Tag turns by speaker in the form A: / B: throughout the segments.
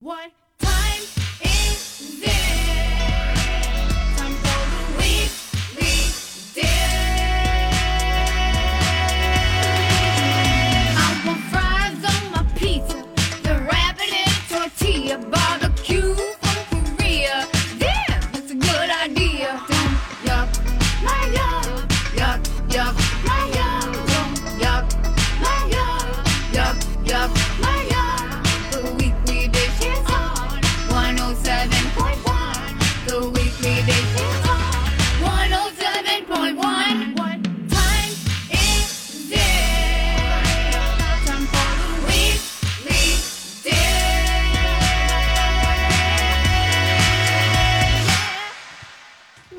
A: What time is it? Time for the weekly dip. I want fries on my pizza, the rabbit and tortilla, barbecue from Korea. Damn, that's a good idea. Yum, yuck, my yum, yuck, yuck, my yum, yum, yuck, my yum, yuck, yuck, my yum. The weekly dish is on 107.1. The weekly dish is oh on 107.1. What time is it? Time for the weekly dish.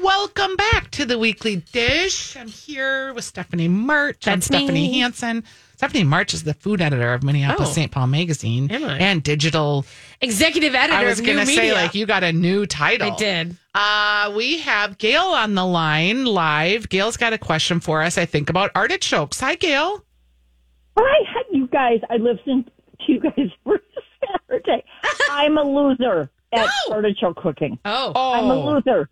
B: Welcome back to the Weekly Dish. I'm here with Stephanie March. I'm
C: That's
B: Stephanie
C: me.
B: Hansen. Stephanie March is the food editor of Minneapolis
C: Oh.
B: St. Paul Magazine
C: Am I?
B: and digital.
C: Executive editor
B: I was
C: of
B: going
C: New
B: to say,
C: Media.
B: like, you got a new title.
C: I did.
B: Uh, we have Gail on the line live. Gail's got a question for us, I think, about artichokes. Hi, Gail.
D: Hi, hi, you guys. I listened to you guys for Saturday. I'm a loser at
C: No.
D: artichoke cooking.
C: Oh,
D: I'm a loser.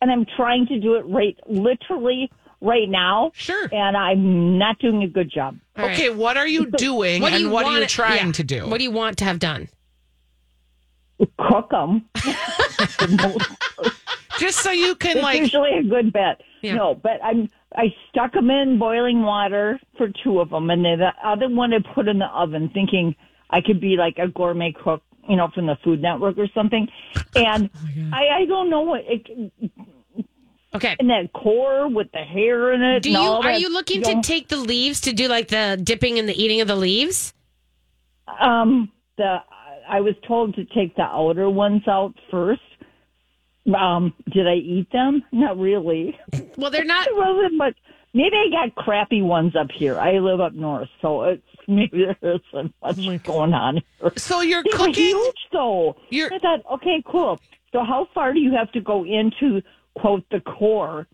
D: And I'm trying to do it right, literally right now.
B: Sure.
D: And I'm not doing a good job.
C: all right.
B: Okay, what are you doing and what are you
C: want-
B: trying
C: yeah.
B: to do?
C: What do you want to have done?
D: Cook them.
B: Just so you can,
D: It's
B: like,
D: usually a good bet.
C: Yeah.
D: No, but I'm I stuck them in boiling water for two of them, and then the other one I put in the oven, thinking I could be like a gourmet cook, you know, from the Food Network or something.
C: Oh
D: And I, I don't know what it,
C: Okay.
D: and that core with the hair in it.
C: Do
D: and
C: you
D: all
C: are
D: that,
C: you looking
D: know,
C: to take the leaves to do like the dipping and the eating of the leaves?
D: um the? I was told to take the outer ones out first. Um, did I eat them? Not really.
C: Well, they're not.
D: It wasn't much. Maybe I got crappy ones up here. I live up north, so it's maybe there isn't much
C: Oh
D: going on. Here.
B: so you're
D: They were
B: cooking.
D: huge, though.
B: You're-
D: I thought, okay, cool. So how far do you have to go into quote the core?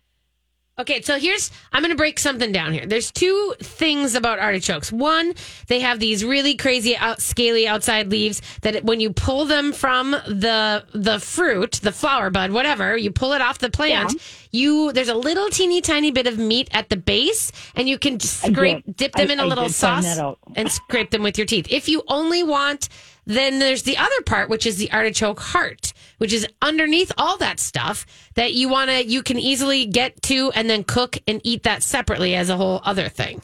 C: Okay, so here's I'm going to break something down here. There's two things about artichokes. One, they have these really crazy out, scaly outside leaves that when you pull them from the the fruit, the flower bud, whatever, you pull it off the plant, you there's a little teeny tiny bit of meat at the base and you can just
D: I
C: scrape
D: did.
C: dip them
D: I-
C: in a
D: I
C: little
D: did find
C: sauce
D: that out.
C: and scrape them with your teeth. If you only want then there's the other part which is the artichoke heart, which is underneath all that stuff that you want to you can easily get to and then cook and eat that separately as a whole other thing.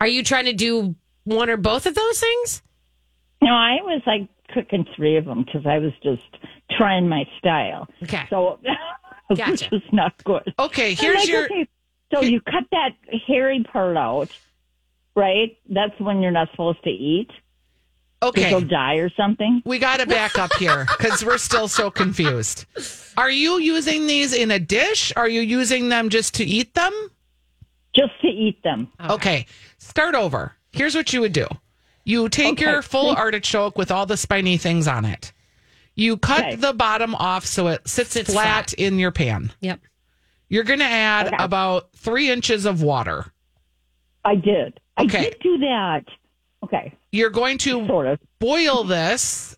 C: Are you trying to do one or both of those things?
D: No, I was like cooking three of them because I was just trying my style.
C: Okay.
D: So which
C: Gotcha.
D: is not good.
B: Okay,
D: I'm
B: Oh, here's
D: like,
B: your.
D: okay, so you cut that hairy part out, right? That's when you're not supposed to eat.
B: Okay.
D: You'll die or something.
B: We got to back up here because we're still so confused. Are you using these in a dish? Are you using them just to eat them?
D: Just to eat them.
B: Okay. Start over. Here's what you would do you take
D: Okay.
B: your full artichoke with all the spiny things on it, you cut
D: Okay.
B: the bottom off so it sits,
C: Sits
B: flat, in your pan.
C: Yep.
B: You're going to add
D: Okay.
B: about three inches of water.
D: I did. I
B: Okay.
D: did do that. Okay.
B: You're going to
D: Sort of.
B: boil this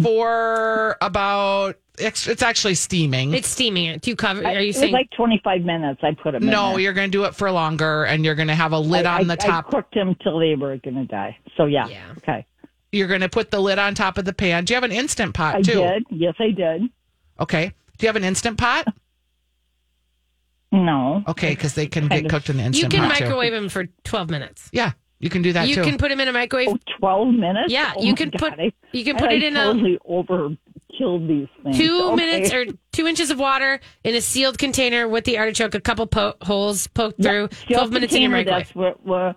B: for about, it's it's actually steaming.
C: It's steaming it. Do you cover
D: I-
C: are you
D: it
C: saying
D: was like 25 minutes I put them in.
B: No,
D: there.
B: you're going to do it for longer, and you're going to have a lid
D: I,
B: on the
D: I-
B: top.
D: I cooked them till they were going to die. So, yeah.
C: Yeah.
D: Okay.
B: You're going to put the lid on top of the pan. Do you have an instant pot
D: I
B: too?
D: did. Yes, I did.
B: Okay. Do you have an instant pot?
D: No.
B: Okay, because they can
D: Kind
B: get
D: of.
B: cooked in the
C: You
B: instant
C: can
B: pot too.
C: microwave them for 12 minutes.
B: Yeah, you can do that
C: You
B: too.
C: can put them in a microwave.
D: Oh, 12 minutes?
C: Yeah,
D: Oh
C: you
D: my
C: can
D: God,
C: put-
D: I-
C: you can
D: I
C: put it in a-
D: totally over killed these things.
C: two
D: Okay.
C: minutes or two inches of water in a sealed container with the artichoke, a couple po- holes poked through.
D: Just
C: Twelve minutes in your
D: container,
C: microwave.
D: That's what, what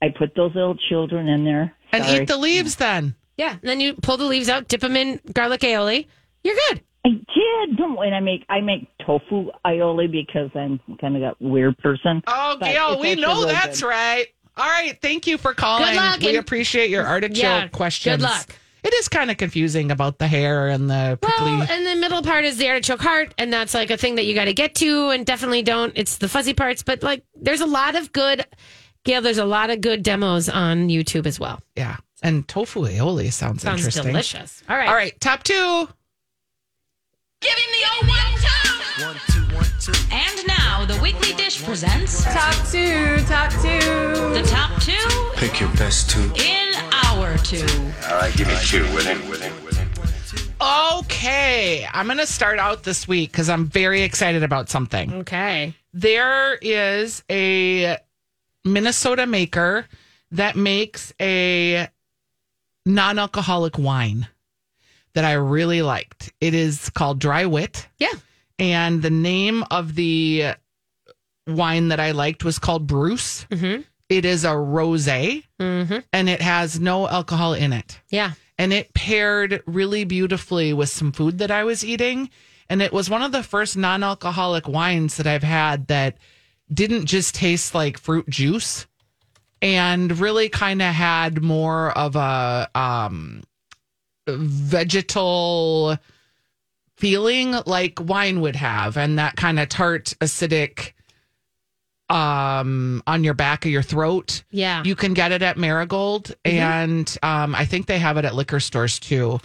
D: I put those little children in there.
B: and
D: Sorry.
B: eat the leaves then.
C: Yeah, and then you pull the leaves out, dip them in garlic aioli. You're good.
D: I did. Don't wait. I make I make tofu aioli because I'm kind of a weird person.
B: Oh,
D: But
B: Gail,
D: it's
B: we
D: actually
B: know
D: really
B: that's
D: good.
B: right. All right, thank you for calling.
C: Good luck,
B: we
C: and-
B: appreciate your artichoke
C: Yeah, good
B: questions.
C: luck.
B: It is kind of confusing about the hair and the prickly.
C: Well, and the middle part is the artichoke heart, and that's like a thing that you got to get to, and definitely don't. It's the fuzzy parts, but like there's a lot of good. Gail, there's a lot of good demos on YouTube as well.
B: yeah, and tofu aioli sounds,
C: Sounds
B: interesting.
C: delicious. All right.
B: All right, top two.
E: Give him the old one, two. And now the weekly dish presents top two, top two. The top two
F: Pick your best two.
E: in our two.
F: All right, give me two. Within, within, within.
B: Okay, I'm going to start out this week because I'm very excited about something.
C: Okay.
B: there is a Minnesota maker that makes a non alcoholic wine that I really liked. It is called Dry Wit.
C: Yeah.
B: And the name of the wine that I liked was called Bruce.
C: Mhm.
B: It is a rose and
C: Mm-hmm.
B: it has no alcohol in it
C: Yeah.
B: and it paired really beautifully with some food that I was eating. And it was one of the first non alcoholic wines that I've had that didn't just taste like fruit juice and really kind of had more of a um, vegetal feeling like wine would have and that kind of tart, acidic um on your back of your throat
C: Yeah. Mm-hmm.
B: you can get it at Marigold, and um, I think they have it at liquor stores too.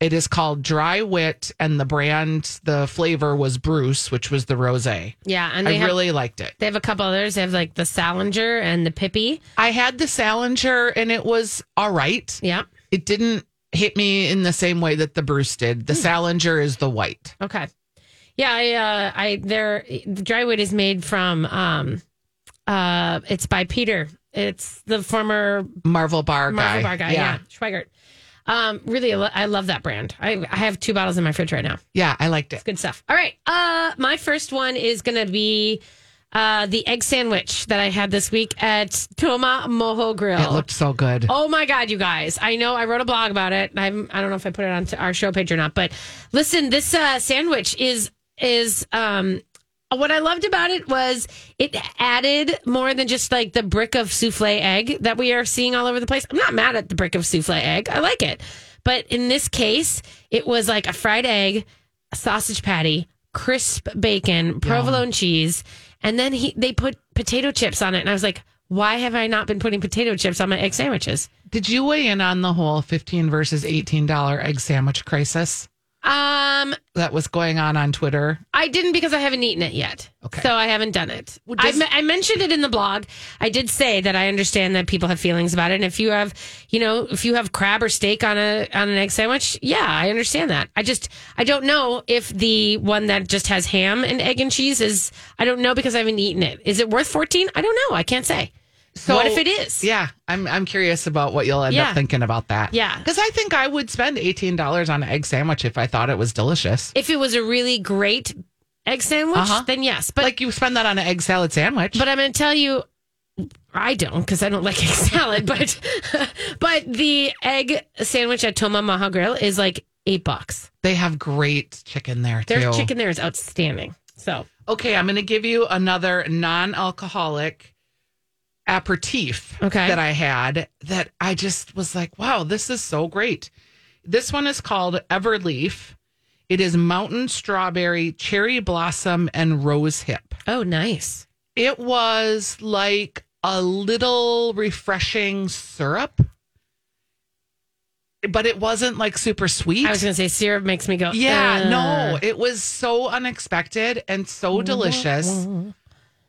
B: It is called Dry Wit, and the brand, the flavor was Bruce, which was the rosé.
C: yeah. And
B: I
C: they have,
B: really liked it.
C: they have a couple others. They have like the Salinger and the Pippi.
B: I had the Salinger, and it was all right.
C: Yeah.
B: It didn't hit me in the same way that the Bruce did.
C: Hmm.
B: The Salinger is the white.
C: Okay. Yeah, I uh I there the drywood is made from um uh it's by Peter. It's the former
B: Marvel Bar guy.
C: Marvel bar guy, yeah, Schweigert. Um really I lo- I love that brand. I I have two bottles in my fridge right now.
B: Yeah, I liked it.
C: It's good stuff. All right. Uh my first one is going to be uh the egg sandwich that I had this week at Toma Mojo Grill.
B: It looked so good.
C: Oh my God, you guys. I know I wrote a blog about it. I'm, I don't know if I put it onto our show page or not, but listen, this uh, sandwich is, is, um, what I loved about it was it added more than just like the brick of souffle egg that we are seeing all over the place. I'm not mad at the brick of souffle egg. I like it. But in this case, it was like a fried egg, a sausage patty, crisp bacon, provolone cheese, and then he, they put potato chips on it. And I was like, why have I not been putting potato chips on my egg sandwiches?
B: Did you weigh in on the whole 15 versus $18 egg sandwich crisis
C: Um,
B: that was going on on Twitter?
C: I didn't because I haven't eaten it yet.
B: Okay.
C: So I haven't done it.
B: Well,
C: I,
B: does-
C: me- I mentioned it in the blog. I did say that I understand that people have feelings about it. And if you have, you know, if you have crab or steak on a on an egg sandwich, yeah, I understand that. I just I don't know if the one that just has ham and egg and cheese is I don't know because I haven't eaten it. Is it worth 14? I don't know. I can't say.
B: So
C: what if it is?
B: Yeah, I'm I'm curious about what you'll end
C: Yeah.
B: up thinking about that.
C: Yeah.
B: because I think I would spend eighteen dollars on an egg sandwich if I thought it was delicious.
C: If it was a really great egg sandwich,
B: Uh-huh.
C: then yes. But
B: like you spend that on an egg salad sandwich.
C: But I'm going to tell you, I don't because I don't like egg salad. But but the egg sandwich at Toma Maha Grill is like eight bucks.
B: they have great chicken there too.
C: Their chicken there is outstanding. So
B: Okay, I'm going to give you another non-alcoholic aperitif
C: Okay.
B: that I had that I just was like, wow, this is so great. This one is called Everleaf. It is mountain strawberry, cherry blossom, and rose hip.
C: oh, nice.
B: It was like a little refreshing syrup, but it wasn't like super sweet.
C: I was going to say syrup makes me go.
B: yeah,
C: "Ugh."
B: no, it was so unexpected and so delicious.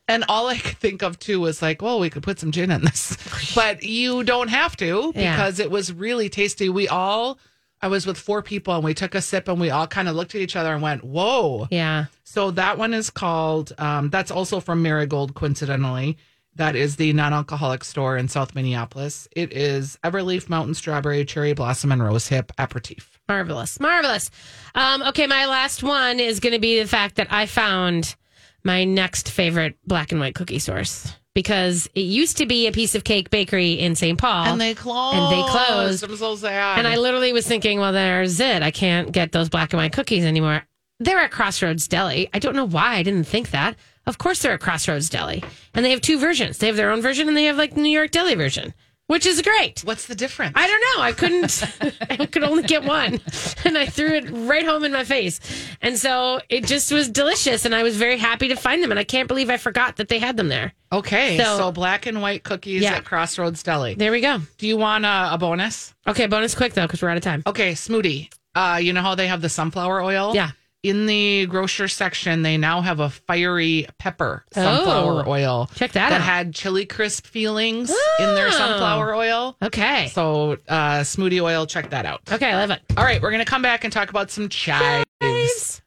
B: And all I could think of too was like, well, we could put some gin in this, but you don't have to
C: Yeah.
B: because it was really tasty. We all, I was with four people and we took a sip and we all kind of looked at each other and went, whoa.
C: Yeah.
B: So that one is called, um, that's also from Marigold, coincidentally. That is the non alcoholic store in South Minneapolis. It is Everleaf, Mountain Strawberry, Cherry Blossom, and Rose Hip Aperitif.
C: Marvelous. Marvelous. Um, okay, my last one is going to be the fact that I found my next favorite black and white cookie source because it used to be a piece of cake bakery in St. Paul.
B: And they closed.
C: And they closed.
B: I'm so sad.
C: And I literally was thinking, well, there's it. I can't get those black and white cookies anymore. They're at Crossroads Deli. I don't know why I didn't think that. Of course, they're at Crossroads Deli. And they have two versions they have their own version and they have like the New York Deli version, which is great.
B: What's the difference?
C: I don't know. I couldn't. I could only get one, and I threw it right home in my face. And so it just was delicious, and I was very happy to find them. And I can't believe I forgot that they had them there.
B: Okay,
C: So-
B: so, black and white cookies
C: Yeah.
B: at Crossroads Deli.
C: There we go.
B: Do you want a, a bonus?
C: Okay, bonus quick though, because we're out of time.
B: Okay, smoothie. Uh, you know how they have the sunflower oil?
C: Yeah.
B: In the grocer section, they now have a fiery pepper sunflower
C: Oh,
B: oil.
C: check that out.
B: had chili crisp feelings in their
C: Oh.
B: sunflower oil.
C: Okay.
B: So uh, smoothie oil, check that out.
C: Okay, I love it.
B: All right, we're gonna come back and talk about some chives.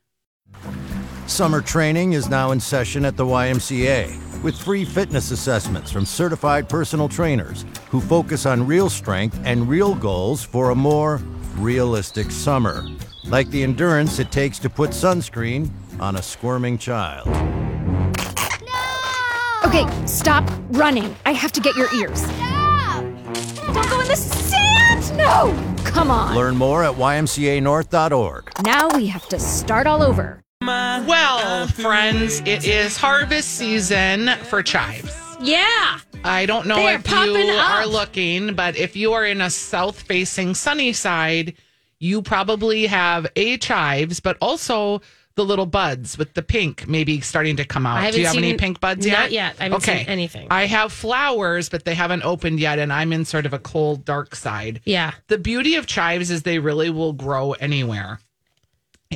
G: Summer training is now in session at the YMCA with free fitness assessments from certified personal trainers who focus on real strength and real goals for a more realistic summer, like the endurance it takes to put sunscreen on a squirming child.
H: Okay, stop running. I have to get your ears. Don't go in the sand! No! Come on.
G: Learn more at ymcanorth.org.
H: Now we have to start all over.
B: Well, friends, it is harvest season for chives.
C: Yeah.
B: I don't know
C: They're
B: if
C: popping
B: you
C: up.
B: are looking, but if you are in a south facing sunny side, you probably have a chives, but also the little buds with the pink maybe starting to come out.
C: I
B: Do
C: haven't
B: you have any
C: seen-
B: pink buds yet?
C: not yet. I haven't
B: okay.
C: seen anything.
B: I have flowers, but they haven't opened yet, and I'm in sort of a cold, dark side
C: Yeah.
B: the beauty of chives is they really will grow anywhere.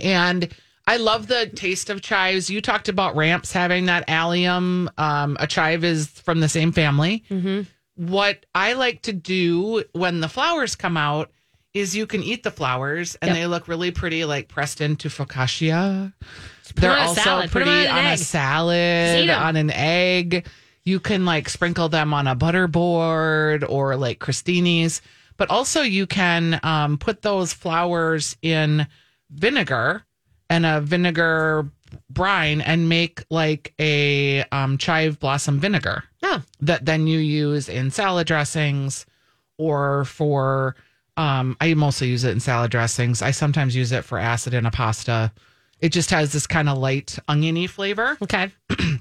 B: And I love the taste of chives. You talked about ramps having that allium. Um, a chive is from the same family.
C: Mm-hmm.
B: What I like to do when the flowers come out is you can eat the flowers and
C: Yep.
B: they look really pretty, like pressed into focaccia. They're
C: on a
B: also
C: salad. Put 'em
B: pretty
C: on an
B: on, a
C: egg. Just eat
B: salad,
C: 'em.
B: on an egg. You can like sprinkle them on a butter board or like crostinis, but also you can um, put those flowers in vinegar and a vinegar brine and make like a um, chive blossom vinegar
C: Oh.
B: that then you use in salad dressings or for um I mostly use it in salad dressings. I sometimes use it for acid in a pasta. It just has this kind of light oniony flavor.
C: Okay.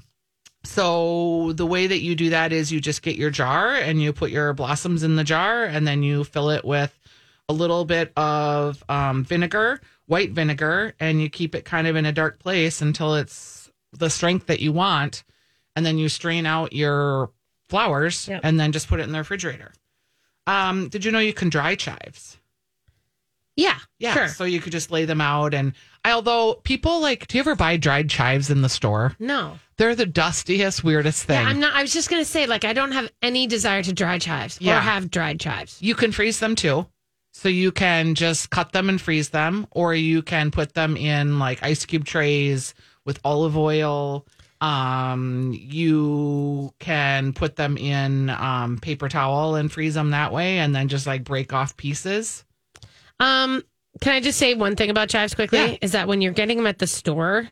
B: So the way that you do that is you just get your jar and you put your blossoms in the jar and then you fill it with a little bit of um, vinegar, white vinegar, and you keep it kind of in a dark place until it's the strength that you want. And then you strain out your flowers
C: Yep.
B: and then just put it in the refrigerator. Um, did you know you can dry chives?
C: Yeah.
B: Yeah.
C: Sure.
B: So you could just lay them out. And I, although people like, do you ever buy dried chives in the store?
C: no.
B: They're the dustiest, weirdest thing.
C: Yeah, I'm not. I was just gonna say, like, I don't have any desire to dry chives or
B: Yeah.
C: have dried chives.
B: you can freeze them too. So you can just cut them and freeze them, or you can put them in like ice cube trays with olive oil. Um, you can put them in um, paper towel and freeze them that way, and then just like break off pieces.
C: Um, can I just say one thing about chives quickly?
B: Yeah.
C: Is that when you're getting them at the store,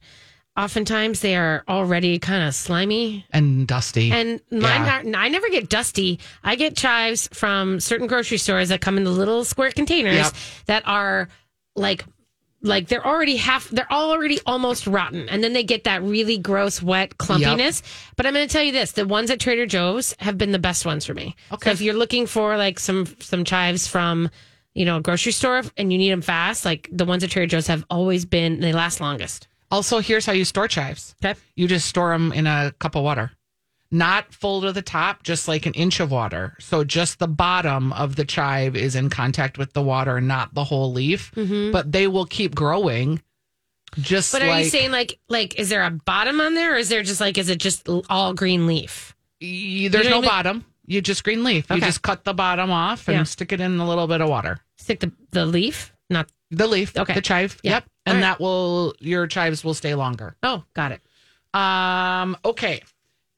C: oftentimes they are already kind of slimy.
B: And dusty.
C: And mine are, I never get dusty. I get chives from certain grocery stores that come in the little square containers
B: Yep.
C: that are like like they're already half they're already almost rotten and then they get that really gross wet clumpiness but i'm going to tell you this the ones at trader joe's have been the best ones for me okay so if you're looking for like some some chives from you know a grocery store and you need them fast like the ones at trader joe's have always been they last longest
B: also, here's how you store chives.
C: okay
B: You just store them in a cup of water, not full to the top, just like an inch of water. So just the bottom of the chive is in contact with the water, not the whole leaf. But they will keep growing Just
C: Mm-hmm. But are
B: like,
C: you saying like like is there a bottom on there or is there just like is it just l- all green leaf?
B: y- there's
C: You
B: no
C: don't even-
B: bottom? You just green leaf. You
C: Okay.
B: just cut the bottom off and
C: Yeah.
B: stick it in a little bit of water.
C: Stick the the leaf? Not
B: The leaf,
C: Okay.
B: the chive.
C: Yeah.
B: Yep. And
C: All right.
B: that will your chives will stay longer.
C: Oh, got it.
B: Um, okay.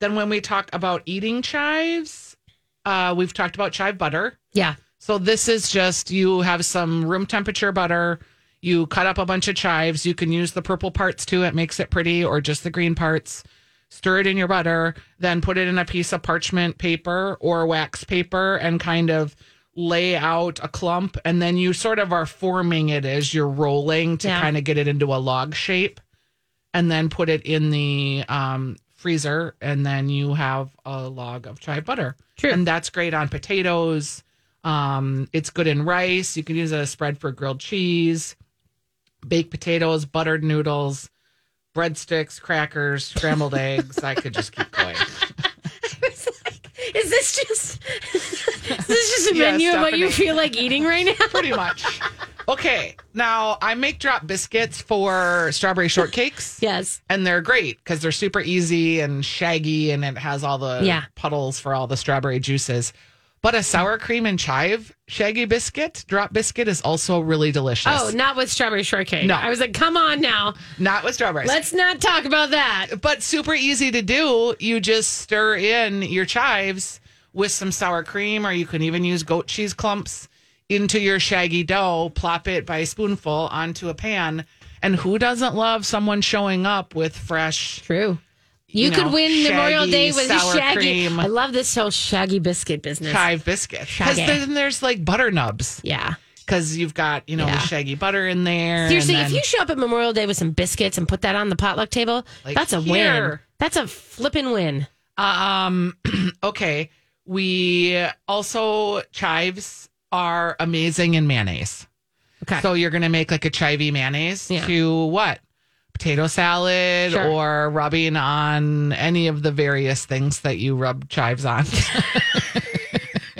B: Then when we talk about eating chives, uh, we've talked about chive butter.
C: Yeah.
B: So this is just you have some room temperature butter. You cut up a bunch of chives. You can use the purple parts too. It makes it pretty, or just the green parts. Stir it in your butter, then put it in a piece of parchment paper or wax paper and kind of lay out a clump. And then you sort of are forming it as you're rolling to
C: Yeah.
B: kind of get it into a log shape and then put it in the um, freezer, and then you have a log of chive butter.
C: True.
B: And that's great on potatoes. Um, it's good in rice. You can use it as a spread for grilled cheese, baked potatoes, buttered noodles, breadsticks, crackers, scrambled eggs. I could just keep going.
C: It's like, is this just is this just a
B: Yeah,
C: menu of what you
B: Stephanie.
C: feel like eating right now?
B: Pretty much. Okay. Now I make drop biscuits for strawberry shortcakes.
C: Yes.
B: and they're great because they're super easy and shaggy and it has all the
C: Yeah.
B: puddles for all the strawberry juices but a sour cream and chive shaggy biscuit drop biscuit is also really delicious
C: Oh, not with strawberry shortcake.
B: No.
C: I was like, come on now.
B: not with strawberries
C: Let's not talk about that.
B: but super easy to do you just stir in your chives with some sour cream or you can even use goat cheese clumps into your shaggy dough plop it by spoonful onto a pan and who doesn't love someone showing up with fresh
C: True. You,
B: You
C: could
B: know,
C: win Memorial
B: shaggy,
C: Day with a
B: sour
C: shaggy.
B: cream.
C: I love this whole shaggy biscuit business.
B: chive biscuits because
C: Shaggy.
B: then there's like butter nubs
C: Yeah.
B: because you've got you know
C: Yeah.
B: the shaggy butter in there. and
C: Seriously, if
B: then-
C: you show up at Memorial Day with some biscuits and put that on the potluck table,
B: Like
C: that's a win.
B: here.
C: That's a flippin' win.
B: um, okay, we also chives are amazing in mayonnaise.
C: Okay.
B: So you're gonna make like a chivey mayonnaise
C: Yeah.
B: to what? Potato salad
C: Sure.
B: or rubbing on any of the various things that you rub chives on.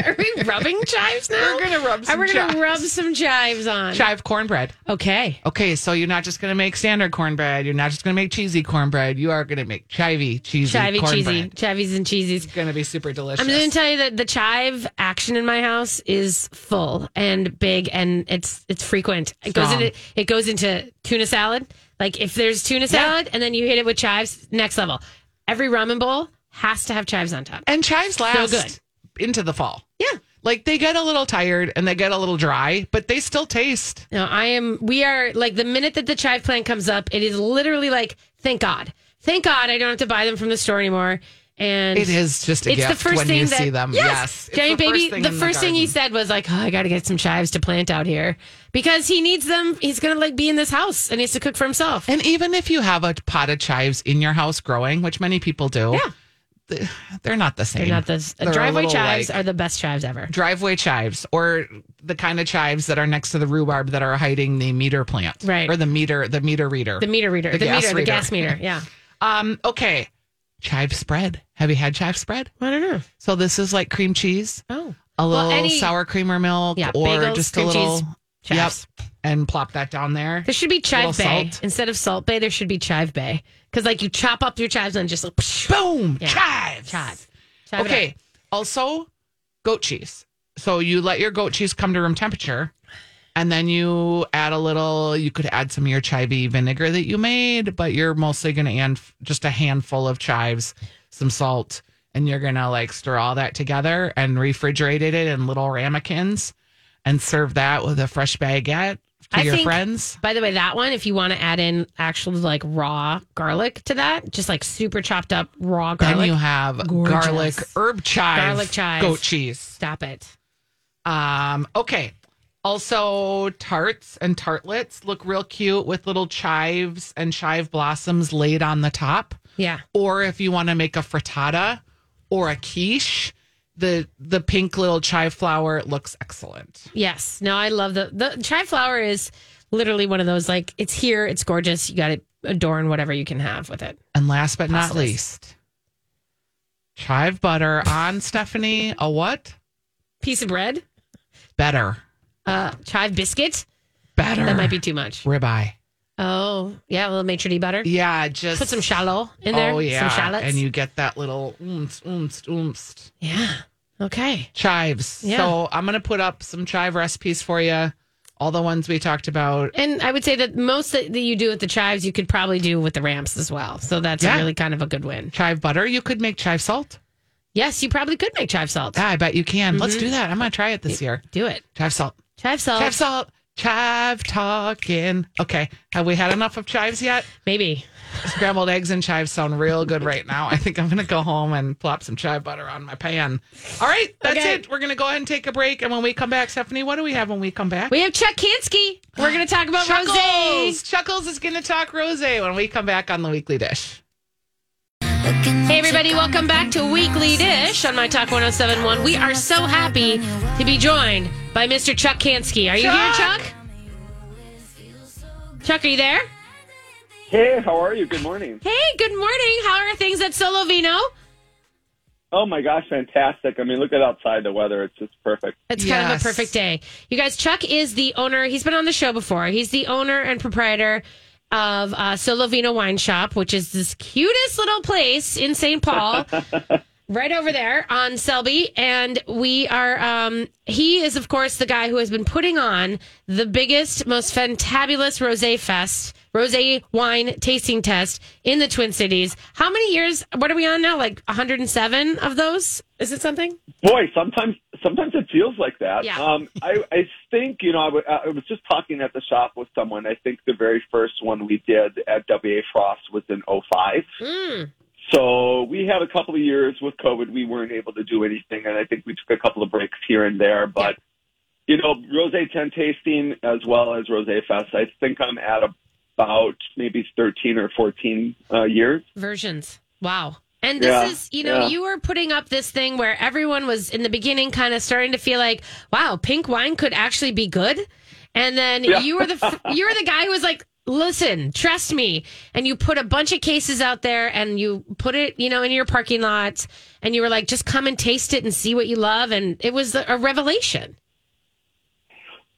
C: Are we rubbing chives now?
B: We're gonna rub
C: Are
B: some
C: we gonna
B: chives. Oh,
C: rub some chives on?
B: Chive cornbread.
C: Okay.
B: Okay, so you're not just going to make standard cornbread. You're not just going to make cheesy cornbread. You are going to make chivey cheesy
C: Chivey
B: cornbread.
C: cheesy. Chivies and cheesies.
B: It's going to be super delicious.
C: I'm going to tell you that the chive action in my house is full and big, and it's it's frequent. It goes
B: Strong.
C: into it goes into tuna salad. Like if there's tuna salad, and then you hit it with chives, next level. Every ramen bowl has to have chives on top.
B: and chives last
C: good.
B: into the fall.
C: Yeah.
B: Like they get a little tired and they get a little dry, but they still taste.
C: No, I am. We are like the minute that the chive plant comes up, it is literally like, thank God, thank God, I don't have to buy them from the store anymore. And
B: It is just a
C: it's
B: gift
C: the first
B: when
C: thing
B: you
C: that,
B: see them. Yes. It's
C: Giant
B: the first
C: baby.
B: thing
C: the
B: in the
C: first thing he
B: garden.
C: said was like, "Oh, I got to get some chives to plant out here because he needs them. He's gonna like be in this house and he has to cook for himself."
B: And even if you have a pot of chives in your house growing, which many people do,
C: Yeah.
B: th- they're not the same.
C: They're not the
B: They're a
C: driveway
B: little,
C: chives
B: like-
C: are the best chives ever.
B: driveway chives or the kind of chives that are next to the rhubarb that are hiding the meter plant
C: Right.
B: or the meter the meter reader
C: The meter reader, the,
B: The gas
C: meter, the
B: reader.
C: gas meter. Yeah,
B: um okay chive spread have you had chive spread
C: I don't know.
B: so this is like cream cheese
C: Oh,
B: a
C: Well,
B: little
C: any-
B: sour cream or milk
C: Yeah,
B: or
C: bagels,
B: just a
C: cream
B: little
C: cheese, chives.
B: yep and plop that down there
C: There should be chive
B: Little
C: bay
B: salt.
C: instead of salt bay. There should be chive bay because like you chop up your chives and just like psh,
B: boom
C: Yeah.
B: chives
C: chive. Chive it
B: okay
C: up.
B: also goat cheese so you let your goat cheese come to room temperature and then you add a little you could add some of your chivy vinegar that you made but you're mostly going to add just a handful of chives some salt and you're going to like stir all that together and refrigerate it in little ramekins and serve that with a fresh baguette to
C: I
B: your
C: think-
B: friends
C: By the way, that one, if you want to add in actual like raw garlic to that, just like super chopped up raw garlic.
B: then you have
C: Gorgeous.
B: garlic herb chive
C: Garlic chive.
B: goat cheese
C: Stop it.
B: Um, okay. Also, tarts and tartlets look real cute with little chives and chive blossoms laid on the top.
C: Yeah.
B: Or if you want to make a frittata or a quiche, the the pink little chive flower looks excellent.
C: Yes. No, I love the the chive flower is literally one of those like it's here, it's gorgeous. You got to adorn whatever you can have with it.
B: And last but not
C: Pastelis.
B: least, chive butter on Stephanie. A what?
C: Piece of bread,
B: Better,
C: uh, chive biscuit.
B: better.
C: That might be too much.
B: ribeye.
C: Oh, yeah, a little maitre d' butter.
B: Yeah, just
C: Put some shallow in there.
B: Oh yeah,
C: Some shallots.
B: and you get that little oomst oomst oomst
C: yeah. Okay.
B: chives.
C: Yeah.
B: So I'm gonna put up some chive recipes for you, all the ones we talked about.
C: And I would say that most that that you do with the chives, you could probably do with the ramps as well. So that's
B: Yeah.
C: really kind of a good win.
B: Chive butter. You could make chive salt.
C: Yes, you probably could make chive salt.
B: Yeah, I bet you can. Let's
C: Mm-hmm.
B: do that. I'm gonna try it this year.
C: Do it.
B: Chive salt.
C: Chive salt.
B: Chive salt. Chive talking. Okay, have we had enough of chives yet?
C: Maybe.
B: Scrambled eggs and chives sound real good right now. I think I'm going to go home and plop some chive butter on my pan. All right, that's
C: Okay.
B: it. We're going to go ahead and take a break. And when we come back, Stephanie, what do we have when we come back?
C: We have Chuck Kansky. We're going to talk about
B: Chuckles.
C: rosé.
B: Chuckles is going to talk rose when we come back on the Weekly Dish.
C: Hey, everybody, welcome back to Weekly Dish on My Talk 1071. We are so happy to be joined by Mr. Chuck Kansky. Are you
B: Chuck!
C: here, Chuck? Chuck, are you there?
I: Hey, how are you? Good morning.
C: Hey, good morning. How are things at Solo Vino?
I: Oh my gosh, fantastic. I mean, look at outside the weather. It's just perfect.
C: It's kind of
B: Yes.
C: a perfect day. You guys, Chuck is the owner. He's been on the show before. He's the owner and proprietor of uh, Solovino Wine Shop, which is this cutest little place in St. Paul, right over there on Selby. And we are, um, he is, of course, the guy who has been putting on the biggest, most fantabulous Rose Fest, Rose Wine Tasting Test in the Twin Cities. How many years? What are we on now? Like 107 of those? Is it something?
I: Boy, sometimes sometimes it feels like that.
C: Yeah.
I: Um, I, I think, you know, I, w- I was just talking at the shop with someone. I think the very first one we did at W.A. Frost was in '05.
C: Mm.
I: So we had a couple of years with COVID. We weren't able to do anything, and I think we took a couple of breaks here and there. But you know, Rosé Ten tasting as well as Rosé Fest. I think I'm at about maybe 13 or 14 uh, years.
C: versions. Wow. And this
I: Yeah,
C: is, you know,
I: yeah.
C: you were putting up this thing where everyone was in the beginning kind of starting to feel like, wow, pink wine could actually be good. And then
I: Yeah.
C: you were the f- you were the guy who was like, listen, trust me. And you put a bunch of cases out there and you put it, you know, in your parking lot and you were like, just come and taste it and see what you love. And it was a revelation.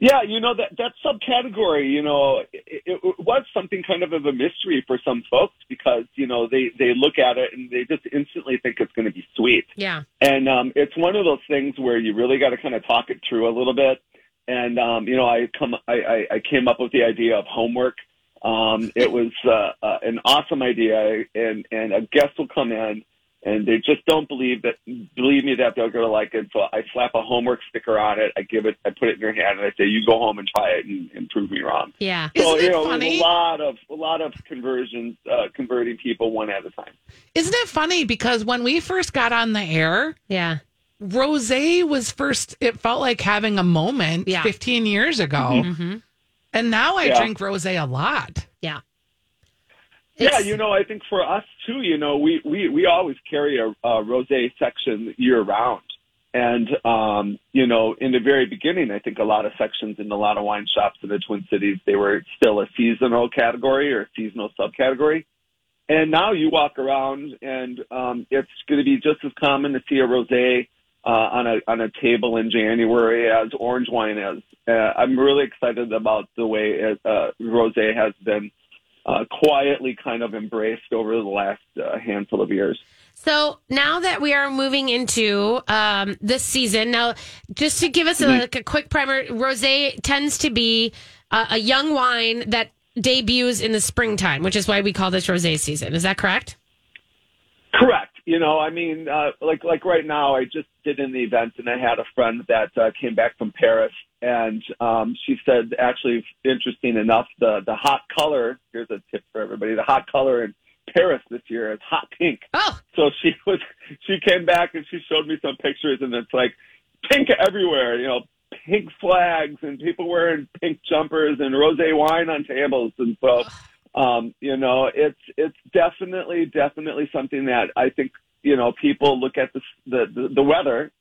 I: Yeah, you know that that subcategory, you know, it, it was something kind of of a mystery for some folks because you know they they look at it and they just instantly think it's going to be sweet,
C: Yeah.
I: and um, it's one of those things where you really got to kind of talk it through a little bit. And um, you know, I come I, I, I came up with the idea of homework. Um, it was uh, uh, an awesome idea, and and a guest will come in. And they just don't believe that, believe me that they're going to like it. So I slap a homework sticker on it. I give it, I put it in their hand and I say, you go home and try it and, and prove me wrong.
C: Yeah.
I: so,
B: Isn't
I: you
B: it
I: know,
B: funny?
I: a lot of, a lot of conversions, uh, converting people one at a time.
B: Isn't it funny? Because when we first got on the air,
C: Yeah.
B: rose was first, it felt like having a moment
C: Yeah.
B: 15 years ago.
C: Mhm.
B: And now I
I: Yeah.
B: drink rose a lot.
C: Yeah.
I: Yeah,
C: It's-
I: you know, I think for us too, you know, we we we always carry a, a rosé section year round, and um, you know, in the very beginning, I think a lot of sections in a lot of wine shops in the Twin Cities they were still a seasonal category or seasonal subcategory, and now you walk around and um, it's going to be just as common to see a rosé. Uh, on a on a table in January as orange wine is. Uh, I'm really excited about the way uh, rosé has been uh, quietly kind of embraced over the last uh, handful of years.
C: So now that we are moving into um, this season, now just to give us a, like a quick primer, rosé tends to be uh, a young wine that debuts in the springtime, which is why we call this rosé season. Is that correct?
I: Correct. You know, I mean, uh, like like right now, I just did an event and I had a friend that uh, came back from Paris, and um, she said, actually, interesting enough, the the hot color. Here's a tip for everybody: the hot color in Paris this year is hot pink.
C: Oh,
I: So she was she came back and she showed me some pictures, and it's like pink everywhere. You know, pink flags and people wearing pink jumpers and rosé wine on tables, and so. um, you know, it's it's definitely definitely something that I think you know people look at the the, the, the weather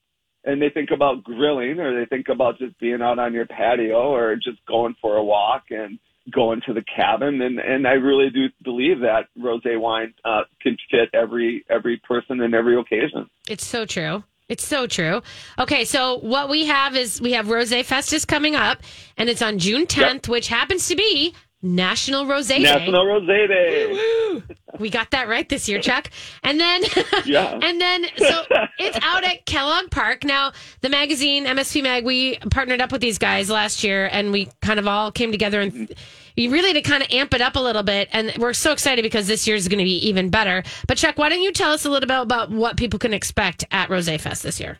I: and they think about grilling or they think about just being out on your patio or just going for a walk and going to the cabin and and I really do believe that rosé wine uh, can fit every every person and every occasion.
C: it's so true. It's so true. Okay, so what we have is we have Rosé Fest is coming up, and it's on June 10th, which happens to be National Rosé
I: National
C: Day.
I: Rosé Day.
C: We got that right this year, Chuck. And then,
I: Yeah.
C: and then, so it's out at Kellogg Park. Now, the magazine, MSP Mag, we partnered up with these guys last year and we kind of all came together and you really to kind of amp it up a little bit. And we're so excited because this year's going to be even better. But, Chuck, why don't you tell us a little bit about what people can expect at Rosé Fest this year?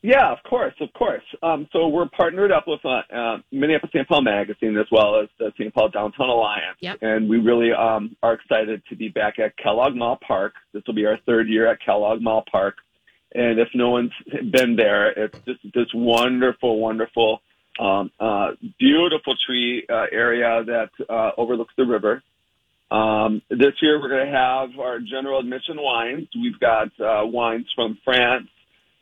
I: Yeah, of course, of course. Um, so we're partnered up with uh, uh, Minneapolis St. Paul Magazine as well as the St. Paul Downtown Alliance,
C: Yep.
I: and we really um, are excited to be back at Kellogg Mall Park. This will be our third year at Kellogg Mall Park, and if no one's been there, it's just this wonderful, wonderful, um, uh, beautiful tree uh, area that uh, overlooks the river. Um, this year, we're going to have our general admission wines. We've got uh, wines from France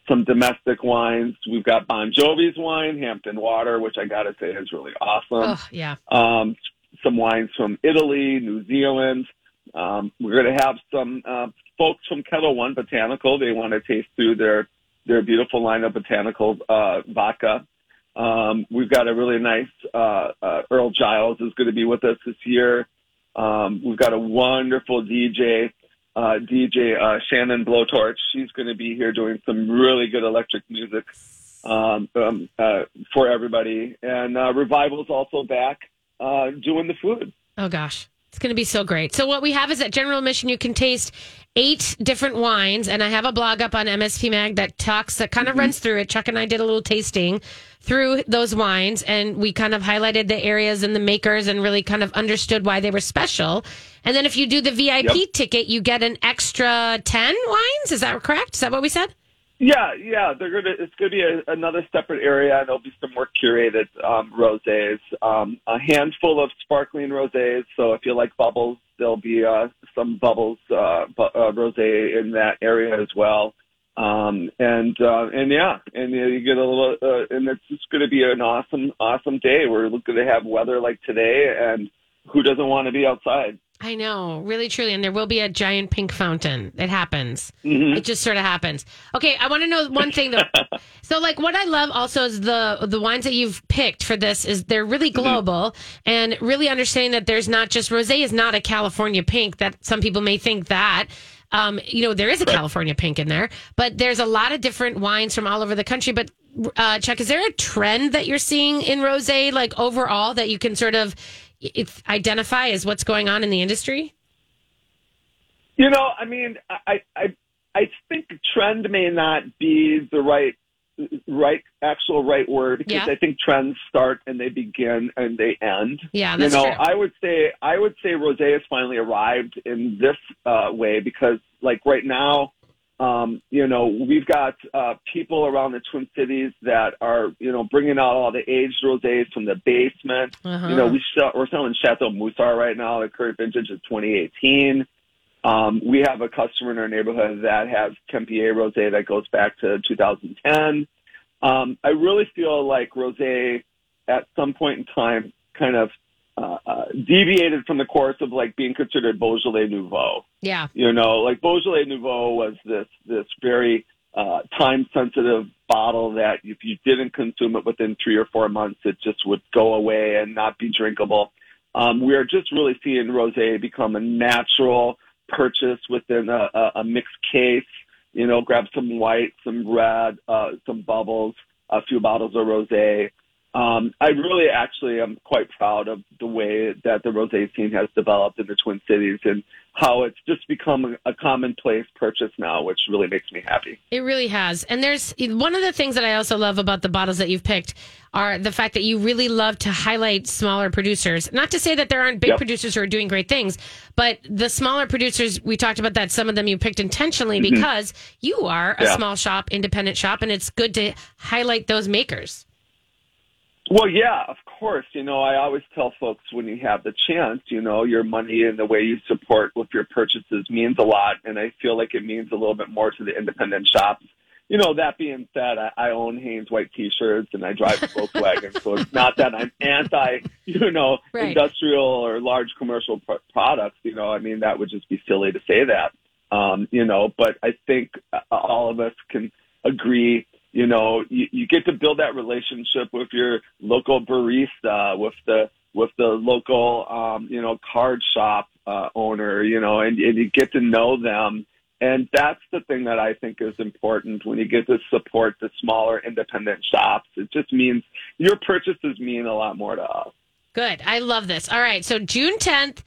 I: some domestic wines. We've got Bon Jovi's wine, Hampton Water, which I got to say is really awesome.
C: oh, yeah.
I: Um, some wines from Italy, New Zealand. Um, we're going to have some uh, folks from Kettle One Botanical. They want to taste through their their beautiful line of botanical uh, vodka. Um, we've got a really nice uh, uh, Earl Giles is going to be with us this year. Um, we've got a wonderful DJ, uh, DJ uh, Shannon Blowtorch. She's going to be here doing some really good electric music um, um, uh, for everybody. And uh, Revival's also back uh, doing the food.
C: Oh gosh, it's going to be so great. So what we have is at general admission you can taste eight different wines, and I have a blog up on MSP Mag that talks that kind of runs through it. Chuck and I did a little tasting through those wines, and we kind of highlighted the areas and the makers, and really kind of understood why they were special. And then if you do the VIP
I: Yep.
C: ticket, you get an extra ten wines. Is that correct? Is that what we said?
I: Yeah, yeah, they're gonna. It's gonna be a, another separate area, and there'll be some more curated um, rosés, um, a handful of sparkling rosés. So if you like bubbles, there'll be uh, some bubbles uh, bu- uh, rosé in that area as well. Um, and uh, and yeah, and you, you get a little, uh, and it's just gonna be an awesome, awesome day. We're gonna have weather like today, and who doesn't want to be outside?
C: I know, really, truly, and there will be a giant pink fountain. It happens.
I: Mhm.
C: It just sort of happens. Okay, I want to know one thing though. so, like, what I love also is the the wines that you've picked for this is they're really global and really understanding that there's not just rosé is not a California pink that some people may think that. Um, you know, there is a California pink in there, but there's a lot of different wines from all over the country. But uh, Chuck, is there a trend that you're seeing in rosé, like overall, that you can sort of it's identify as what's going on in the industry?
I: You know, I mean, I, I, I think trend may not be the right, right, actual right word because
C: Yeah.
I: I think trends start and they begin and they end.
C: Yeah, that's
I: you know,
C: true.
I: I would say, I would say rosé has finally arrived in this uh, way because, like, right now, um, you know, we've got uh, people around the Twin Cities that are, you know, bringing out all the aged rosés from the basement.
C: Uh-huh.
I: You know, we sell, we're selling Chateau Moussard right now. The current vintage is 2018. Um, we have a customer in our neighborhood that has Tempier rosé that goes back to 2010. Um, I really feel like rosé at some point in time kind of uh, uh, deviated from the course of like being considered Beaujolais Nouveau.
C: yeah.
I: You know, like Beaujolais Nouveau was this this very uh, time sensitive bottle that if you didn't consume it within three or four months, it just would go away and not be drinkable. Um, we are just really seeing rosé become a natural purchase within a, a, a mixed case. You know, grab some white, some red, uh, some bubbles, a few bottles of rosé. Um, I really actually am quite proud of the way that the rosé scene has developed in the Twin Cities and how it's just become a, a commonplace purchase now, which really makes me happy.
C: It really has. And there's one of the things that I also love about the bottles that you've picked are the fact that you really love to highlight smaller producers. Not to say that there aren't big
I: Yep.
C: producers who are doing great things, but the smaller producers, we talked about that. Some of them you picked intentionally because you are a
I: Mm-hmm. Yeah.
C: small shop, independent shop, and it's good to highlight those makers.
I: Well, yeah, of course. You know, I always tell folks when you have the chance, you know, your money and the way you support with your purchases means a lot. And I feel like it means a little bit more to the independent shops. You know, that being said, I, I own Haynes white t-shirts and I drive a Volkswagen. so it's not that I'm anti, you know,
C: Right.
I: industrial or large commercial pro- products. You know, I mean, that would just be silly to say that. Um, you know, but I think uh, all of us can agree you know, you, you get to build that relationship with your local barista, with the with the local, um, you know, card shop uh, owner, you know, and, and you get to know them. And that's the thing that I think is important when you get to support the smaller independent shops. It just means your purchases mean a lot more to us.
C: Good. I love this. All right. So June 10th,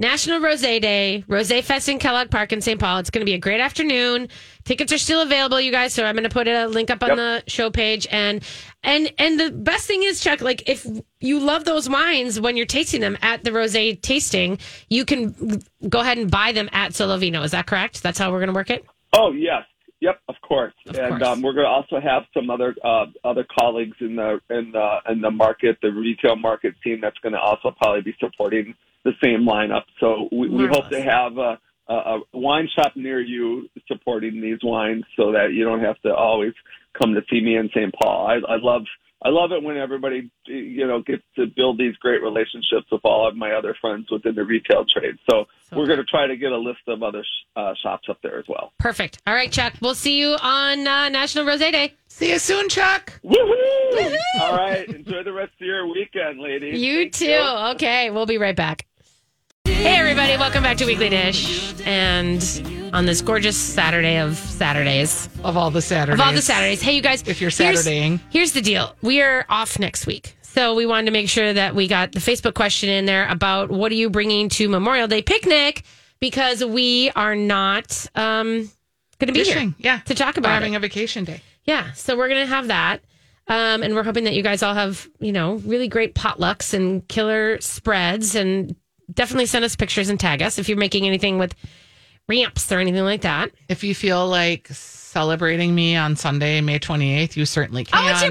C: National Rosé Day, Rosé Fest in Kellogg Park in St. Paul. It's going to be a great afternoon. Tickets are still available, you guys. So I'm going to put a link up on
I: Yep.
C: the show page. And and and the best thing is, Chuck, like if you love those wines when you're tasting them at the Rosé tasting, you can go ahead and buy them at Solovino. Is that correct? That's how we're going to work it.
I: Oh yes, yep, of course. and
C: course.
I: Um, we're going to also have some other uh, other colleagues in the in the in the market, the retail market team that's going to also probably be supporting the same lineup. So we, we hope to have a, a, a wine shop near you supporting these wines, so that you don't have to always come to see me in St. Paul. I, I love. I love it when everybody, you know, gets to build these great relationships with all of my other friends within the retail trade. So, we're going to try to get a list of other sh- uh, shops up there as well.
C: Perfect. All right, Chuck. We'll see you on uh, National Rosé Day.
B: See you soon, Chuck.
I: Woohoo! All right. Enjoy the rest of your weekend, ladies.
C: You
I: Thank
C: too. Okay, we'll be right back. Hey, everybody, welcome back to Weekly Dish. And on this gorgeous Saturday of Saturdays,
B: Of all the Saturdays.
C: of all the Saturdays, hey, you guys,
B: If you're
C: here's-
B: Saturdaying.
C: Here's, the deal we are off next week. So we wanted to make sure that we got the Facebook question in there about what are you bringing to Memorial Day picnic because we are not um, going to be
B: Fishing,
C: here
B: yeah.
C: to talk
B: We're
C: about it.
B: having a vacation day.
C: Yeah, so we're gonna have that, um, and we're hoping that you guys all have you know really great potlucks and killer spreads, and definitely send us pictures and tag us if you're making anything with ramps or anything like that.
B: If you feel like celebrating me on Sunday, May 28th, you certainly can.
C: Oh, it's your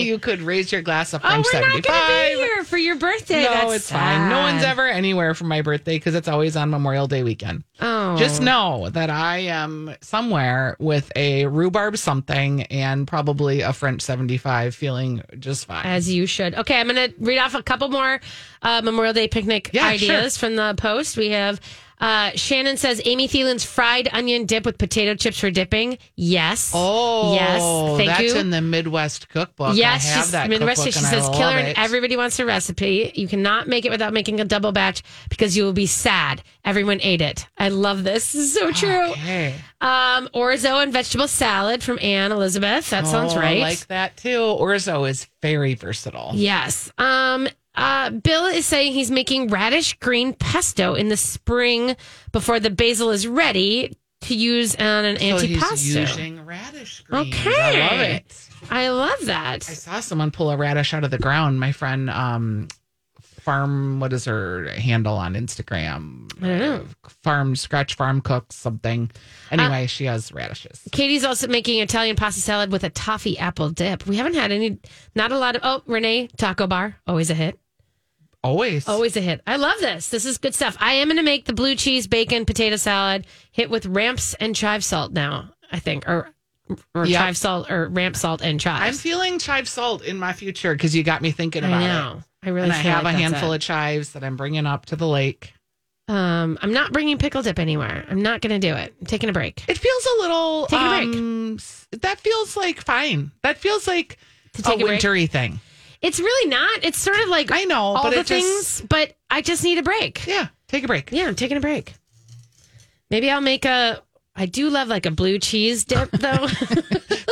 B: you could raise your glass up
C: Oh,
B: from
C: we're not
B: 75.
C: gonna be here for your birthday.
B: No,
C: That's
B: it's fine. No one's
C: sad.
B: ever anywhere for my birthday because it's always on Memorial Day weekend.
C: Oh,
B: Just know that I am somewhere with a rhubarb something and probably a French 75 feeling just fine.
C: As you should. Okay, I'm going to read off a couple more uh, Memorial Day picnic
B: Yeah,
C: ideas from the post. We have uh, Shannon says Amy Thielen's fried onion dip with potato chips for dipping. Yes.
B: oh,
C: yes. Thank
B: that's
C: you.
B: in the Midwest cookbook.
C: Yes,
B: I have
C: she's
B: that
C: Midwest.
B: cookbook
C: She
B: and I
C: says,
B: love
C: "Killer, and
B: it.
C: everybody wants a recipe. You cannot make it without making a double batch because you will be sad. Everyone ate it. I love this. This is so true.
B: Okay.
C: Um, orzo and vegetable salad from Anne Elizabeth. That sounds
B: Oh,
C: right.
B: I like that too. Orzo is very versatile.
C: Yes. Um. Uh. Bill is saying he's making radish green pesto in the spring before the basil is ready to use on an
B: So he's
C: antipasto.
B: using radish greens.
C: Okay.
B: I love it.
C: I love that.
B: I saw someone pull a radish out of the ground. My friend, um, farm, what is her handle on Instagram?
C: I don't know.
B: Farm scratch farm cook something. Anyway, she has radishes.
C: Katie's also making Italian pasta salad with a toffee apple dip. We haven't had any, not a lot of. Oh, Renee, taco bar, always a hit.
B: Always.
C: Always a hit. I love this. This is good stuff. I am going to make the blue cheese, bacon, potato salad hit with ramps and chive salt now, I think, or, or
B: Yep.
C: chive salt or ramp salt and
B: I'm
C: chives.
B: feeling chive salt in my future because you got me thinking about
C: I know.
B: it.
C: I really
B: and I
C: feel
B: have
C: like
B: a
C: that's
B: handful
C: it.
B: of chives that I'm bringing up to the lake.
C: Um, I'm not bringing pickle dip anywhere. I'm not going to do it. I'm taking a break.
B: It feels a little.
C: Take a break.
B: um, s- that feels like fine. That feels like a
C: To take a break?
B: wintry thing.
C: It's really not. It's sort of like
B: I know,
C: all
B: but
C: the
B: it just-
C: things, but I just need a break.
B: Yeah. Take a break.
C: Yeah, I'm taking a break. Maybe I'll make a. I do love like a blue cheese dip though.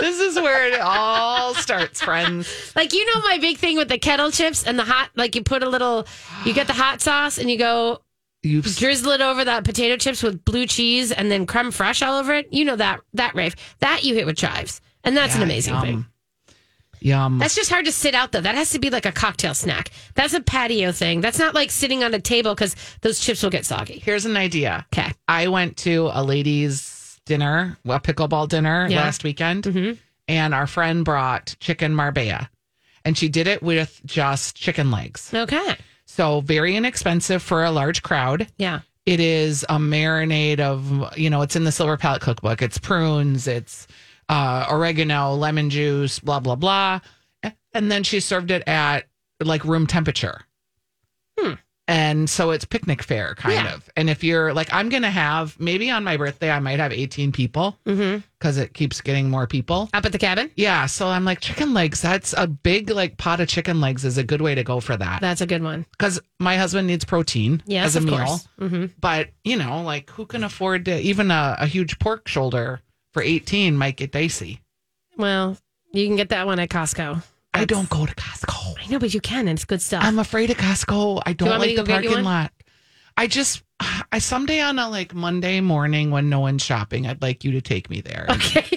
B: This is where it all starts, friends.
C: like you know my big thing with the kettle chips and the hot. Like you put a little. You get the hot sauce and you go
B: You've
C: drizzle it over the potato chips with blue cheese and then creme fraiche all over it. You know that that rave that you hit with chives and that's an
B: Yeah,
C: amazing
B: yum.
C: thing.
B: Yum.
C: That's just hard to sit out though. That has to be like a cocktail snack. That's a patio thing. That's not like sitting on a table because those chips will get soggy.
B: Here's an idea.
C: Okay.
B: I went to a ladies' dinner, well, a pickleball dinner
C: Yeah. Mm-hmm.
B: last weekend, and our friend brought chicken marbella, and she did it with just chicken legs.
C: Okay.
B: So very inexpensive for a large crowd.
C: Yeah.
B: It is a marinade of, you know, it's in the Silver Palette cookbook. It's prunes, it's uh, oregano, lemon juice, blah, blah,
C: Hmm.
B: blah. And then she served it at like room temperature. And so it's picnic fare kind of. And if you're like, I'm going to have maybe on my birthday, I might have 18 people because
C: Mm-hmm.
B: it keeps getting more people.
C: Up at the cabin?
B: Yeah. So I'm like, chicken legs, that's a big like pot of chicken legs is a good way to go for that.
C: That's a good one.
B: Because my husband needs protein
C: Yes,
B: as a
C: of
B: meal.
C: course. Mhm.
B: But, you know, like who can afford to, even a, a huge pork shoulder for 18 might get dicey.
C: Well, you can get that one at Costco.
B: I don't go to Costco.
C: I know, but you can. and It's good stuff.
B: I'm afraid of Costco. I don't
C: Do you want me
B: like
C: to
B: the
C: go get you
B: parking
C: one?
B: lot. I just, I someday on a like Monday morning when no one's shopping, I'd like you to take me there.
C: Okay.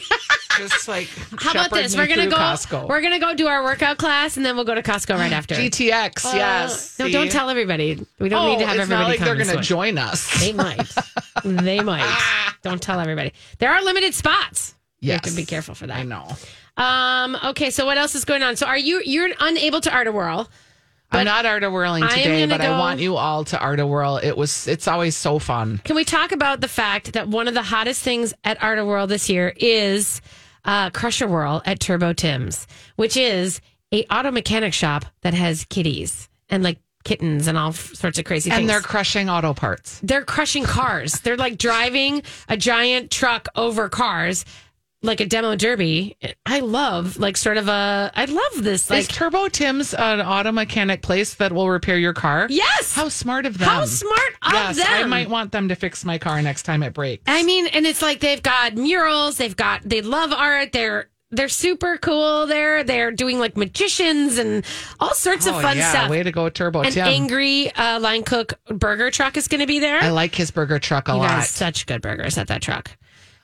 B: just like,
C: How about
B: shepherd
C: this?
B: me
C: We're gonna
B: through
C: go.
B: Costco.
C: We're gonna go do our workout class, and then we'll go to Costco right after.
B: GTX,
C: Uh,
B: yes.
C: No,
B: See?
C: don't tell everybody. We don't
B: Oh,
C: need to have
B: it's
C: everybody
B: not like
C: come
B: they're
C: this
B: gonna
C: way.
B: join us.
C: They might. they might. Don't tell everybody. There are limited spots. You have to
B: Yes.
C: be careful for that.
B: I know.
C: Um, okay, so what else is going on? So are you you're unable to art a whirl? But-
B: I'm not Art of Whirling
C: I am
B: today,
C: gonna
B: but
C: go-
B: I want you all to Art of Whirl. It was it's always so fun.
C: Can we talk about the fact that one of the hottest things at Art of Whirl this year is uh, Crusher Whirl at Turbo Tim's, which is a auto mechanic shop that has kitties and like kittens and all f- sorts of crazy
B: And
C: things.
B: they're crushing auto parts.
C: they're crushing cars. they're like driving a giant truck over cars, like a demo derby. I love like sort of a I love this
B: Is
C: like
B: Turbo Tim's an auto mechanic place that will repair your car?
C: yes.
B: How smart of them.
C: How smart of
B: yes,
C: them!
B: I might want them to fix my car next time it breaks.
C: I mean, and it's like they've got murals, they've got they love art, they're they're super cool there. They're doing like magicians and all sorts of
B: Oh,
C: fun
B: yeah,
C: stuff.
B: Way to go, Turbo
C: An
B: Tim.
C: angry uh, line cook burger truck is going to be there.
B: I like his burger truck a
C: you
B: lot.
C: guys, such good burgers at that truck.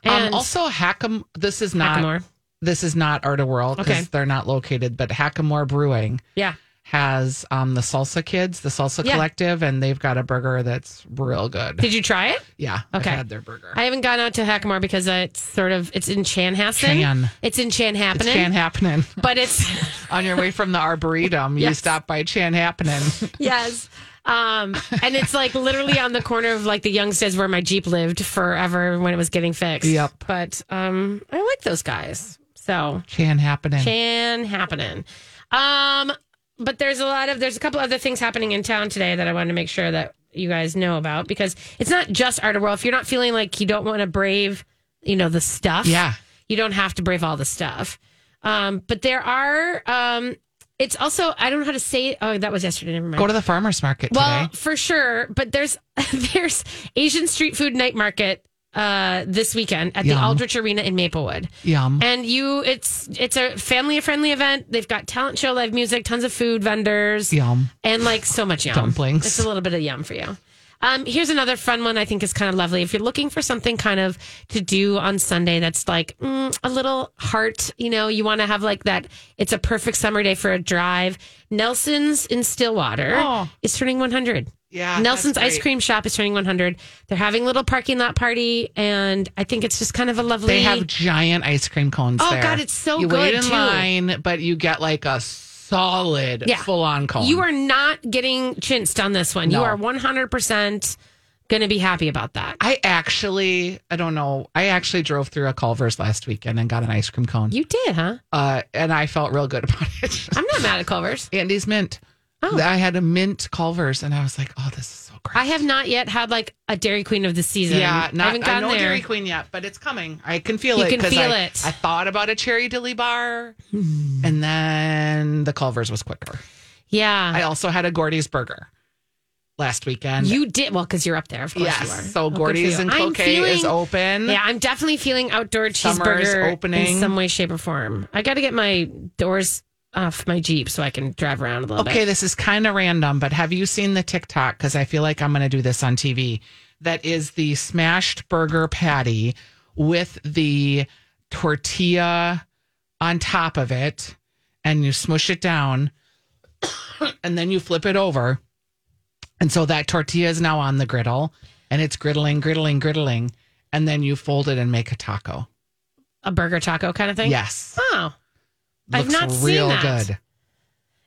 C: And
B: um, also, Hackam. This is not
C: Hackamore.
B: this is not Art of World because
C: Okay.
B: they're not located, but Hackamore Brewing
C: Yeah.
B: has um, the Salsa Kids, the Salsa
C: Yeah.
B: Collective, and they've got a burger that's real good.
C: Did you try it?
B: Yeah,
C: Okay.
B: I've had their burger.
C: I haven't gone out to Hackamore because it's sort of it's in Chanhassen.
B: Chan.
C: It's in Chanhappen.
B: it's Chan Happening.
C: but it's
B: On your way from the Arboretum, you
C: Yes.
B: stop by Chan Happening.
C: yes. Um, and it's like literally on the corner of like the Youngsteads where my Jeep lived forever when it was getting fixed.
B: Yep.
C: But um, I like those guys. So
B: Chan Happening.
C: can happen. Um, but there's a lot of there's a couple other things happening in town today that I wanted to make sure that you guys know about because it's not just Art of World. If you're not feeling like you don't want to brave, you know, the stuff.
B: Yeah.
C: You don't have to brave all the stuff. Um, but there are um it's also I don't know how to say it. Oh, that was yesterday. Never mind.
B: Go to the farmer's market
C: Well,
B: today.
C: for sure, but there's there's Asian street food night market uh, this weekend at the
B: Yum.
C: Aldrich Arena in Maplewood.
B: Yum.
C: And you, it's it's a family friendly event. They've got talent show, live music, tons of food vendors,
B: Yum.
C: and like so much yum.
B: Dumplings.
C: It's a little bit of yum for you. Um, here's another fun one I think is kind of lovely. If you're looking for something kind of to do on Sunday that's like mm, a little heart, you know, you want to have like that. It's a perfect summer day for a drive. Nelson's in Stillwater
B: Oh.
C: is turning 100.
B: Yeah, that's
C: Nelson's ice
B: great.
C: cream shop is turning 100. They're having a little parking lot party, and I think it's just kind of a lovely.
B: They have giant ice cream cones.
C: Oh,
B: there.
C: God, it's so
B: you
C: good,
B: wait in
C: too.
B: line, but you get like a solid,
C: Yeah.
B: full-on cone.
C: You are not getting chintzed on this one. You
B: No.
C: are 100% going to be happy about that.
B: I actually, I don't know. I actually drove through a Culver's last weekend and got an ice cream cone.
C: You did, huh?
B: uh, and I felt real good about it.
C: I'm not mad at Culver's.
B: Andy's mint.
C: Oh.
B: I had a mint Culver's, and I was like, "Oh, this is so great."
C: I have not yet had like a Dairy Queen of the season.
B: yeah,
C: I
B: not
C: haven't
B: I
C: gotten
B: no
C: there.
B: Dairy Queen yet, but it's coming. I can feel
C: You
B: it.
C: can
B: 'cause
C: feel
B: I,
C: it. Hmm.
B: I thought about a cherry dilly bar, and then the Culver's was quicker.
C: Yeah.
B: I also had a Gordy's burger last weekend.
C: you did. Well, because you're up there, of course
B: yes,
C: you are.
B: so
C: Oh, good for
B: Gordy's
C: you.
B: and
C: I'm
B: Croquet is
C: feeling-
B: open.
C: Yeah, I'm definitely feeling outdoor
B: Summer's
C: cheeseburger in
B: opening.
C: some way, shape, or form. I got to get my doors off my Jeep so I can drive around a little
B: Okay,
C: bit.
B: this is kind of random, but have you seen the TikTok? Because I feel like I'm going to do this on TV. That is the smashed burger patty with the tortilla on top of it, and you smush it down, and then you flip it over. And so that tortilla is now on the griddle, and it's griddling, griddling, griddling. And then you fold it and make a taco.
C: A burger taco kind of thing?
B: Yes.
C: Oh. I've
B: Looks
C: not seen
B: real
C: that.
B: good.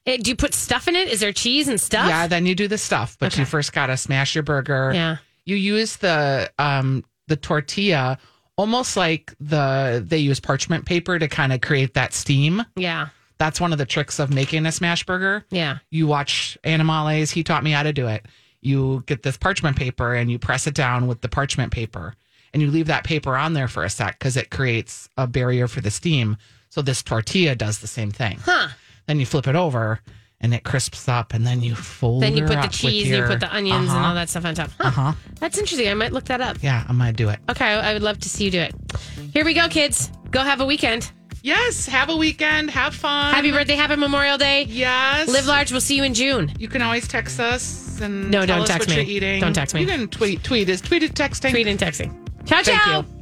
C: Eh, do you put stuff in it? Is there cheese and stuff?
B: Yeah, then you do the stuff, but you first got to smash your burger.
C: Yeah.
B: you use the um the tortilla almost like the they use parchment paper to kind of create that steam
C: Yeah.
B: that's one of the tricks of making a smash burger
C: Yeah.
B: you watch animales he taught me how to do it you get this parchment paper and you press it down with the parchment paper and you leave that paper on there for a sec because it creates a barrier for the steam. So this tortilla does the same thing.
C: Huh.
B: Then you flip it over and it crisps up and then you fold
C: Then you
B: her
C: put the
B: up with
C: cheese,
B: your,
C: you put the onions and all that stuff on top. Huh.
B: Uh-huh.
C: That's interesting. I might look that up.
B: Yeah, I'm going to do it.
C: Okay, I would love to see you do it. Here we go, kids. Go have a weekend.
B: Yes, have a weekend. Have fun.
C: Happy birthday. Happy Memorial Day.
B: Yes.
C: Live large. We'll see you in June.
B: You can always text us and
C: No,
B: tell
C: don't
B: us
C: text
B: what
C: me.
B: you're eating.
C: Don't text me.
B: You can tweet. Tweet is tweeted texting.
C: Tweet and texting. Ciao,
B: Thank
C: ciao.
B: you.